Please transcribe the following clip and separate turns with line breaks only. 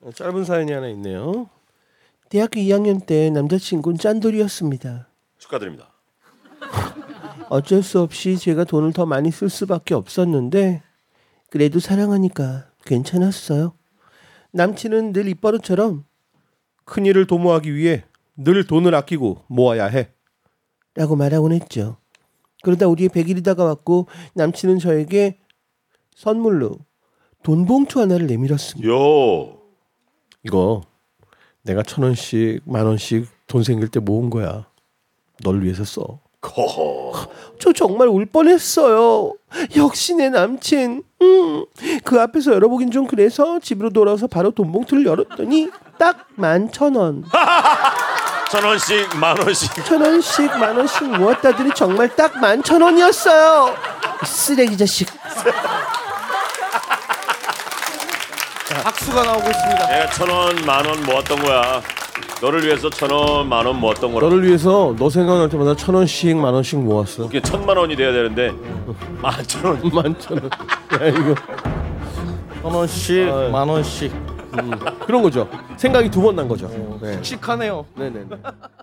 네, 짧은 사연이 하나 있네요. 대학교 2학년 때 남자친구는 짠돌이었습니다.
축하드립니다.
어쩔 수 없이 제가 돈을 더 많이 쓸 수밖에 없었는데 그래도 사랑하니까 괜찮았어요. 남친은 늘 입버릇처럼
큰일을 도모하기 위해 늘 돈을 아끼고 모아야 해.
라고 말하곤 했죠. 그러다 우리의 100일이 다가왔고 남친은 저에게 선물로 돈봉투 하나를 내밀었습니다.
요.
이거 내가 천 원씩 만 원씩 돈 생길 때 모은 거야. 널 위해서 써.
커.
저 정말 울 뻔했어요. 역시 내 남친. 음, 그 앞에서 열어보긴 좀 그래서 집으로 돌아와서 바로 돈봉투를 열었더니 딱 만 천 원.
천 원씩 만 원씩.
천 원씩 만 원씩 모았다더니 정말 딱 만 천 원이었어요. 이 쓰레기 자식.
박수가 나오고 있습니다.
내가 천 원, 만 원 모았던 거야. 너를 위해서 천 원, 만 원 모았던 거라.
너를 위해서 너 생각날 때마다 천 원씩 만 원씩 모았어.
이게 천만 원이 돼야 되는데 만 천 원.
만천 원. 야 이거
천 원씩, 만 원씩.
음. 그런 거죠. 생각이 두 번 난 거죠. 네.
씩하네요.
네네.